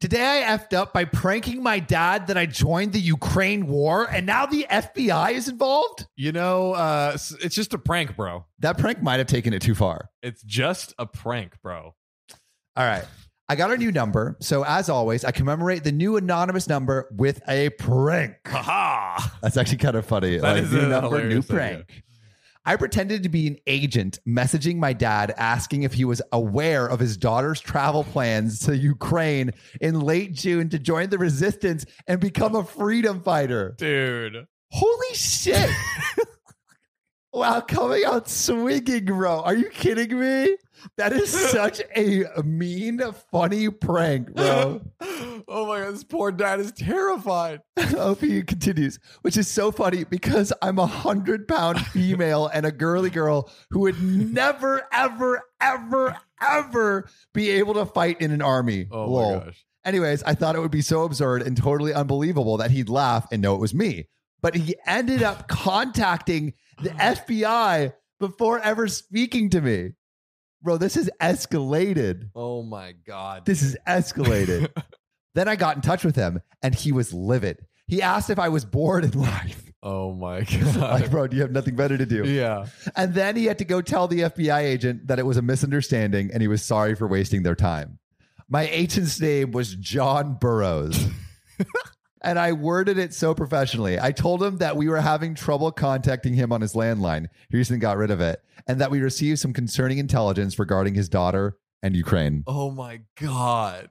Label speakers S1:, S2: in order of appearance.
S1: Today I effed up by pranking my dad that I joined the Ukraine war and now the FBI is involved?
S2: You know, uh, s- it's just a prank, bro.
S1: That prank might have taken it too far.
S2: It's just a prank, bro.
S1: All right. I got a new number. So as always, I commemorate the new anonymous number with a prank.
S2: Haha.
S1: That's actually kind of funny.
S2: That
S1: like
S2: is
S1: new
S2: a
S1: number, new
S2: hilarious idea.
S1: prank. I pretended to be an agent messaging my dad asking if he was aware of his daughter's travel plans to Ukraine in late June to join the resistance and become a freedom fighter.
S2: Dude.
S1: Holy shit. wow, coming out swinging, bro. Are you kidding me? That is such a mean, funny prank, bro.
S2: oh my god, this poor dad is terrified.
S1: OP continues, which is so funny because I'm a hundred pound female and a girly girl who would never, ever, ever, ever be able to fight in an army.
S2: Oh
S1: Lol.
S2: my gosh.
S1: Anyways, I thought it would be so absurd and totally unbelievable that he'd laugh and know it was me. But he ended up contacting the FBI before ever speaking to me. Bro, this is escalated.
S2: Oh my god.
S1: This is escalated. then I got in touch with him and he was livid. He asked if I was bored in life.
S2: oh my
S1: Like,
S2: god.
S1: bro, do you have nothing better to do?
S2: yeah.
S1: And then he had to go tell the FBI agent that it was a misunderstanding and he was sorry for wasting their time. My agent's name was John Burroughs. and I worded it so professionally. I told him that we were having trouble contacting him on his landline. He recently got rid of it. And that we received some concerning intelligence regarding his daughter and Ukraine.
S2: Oh my god.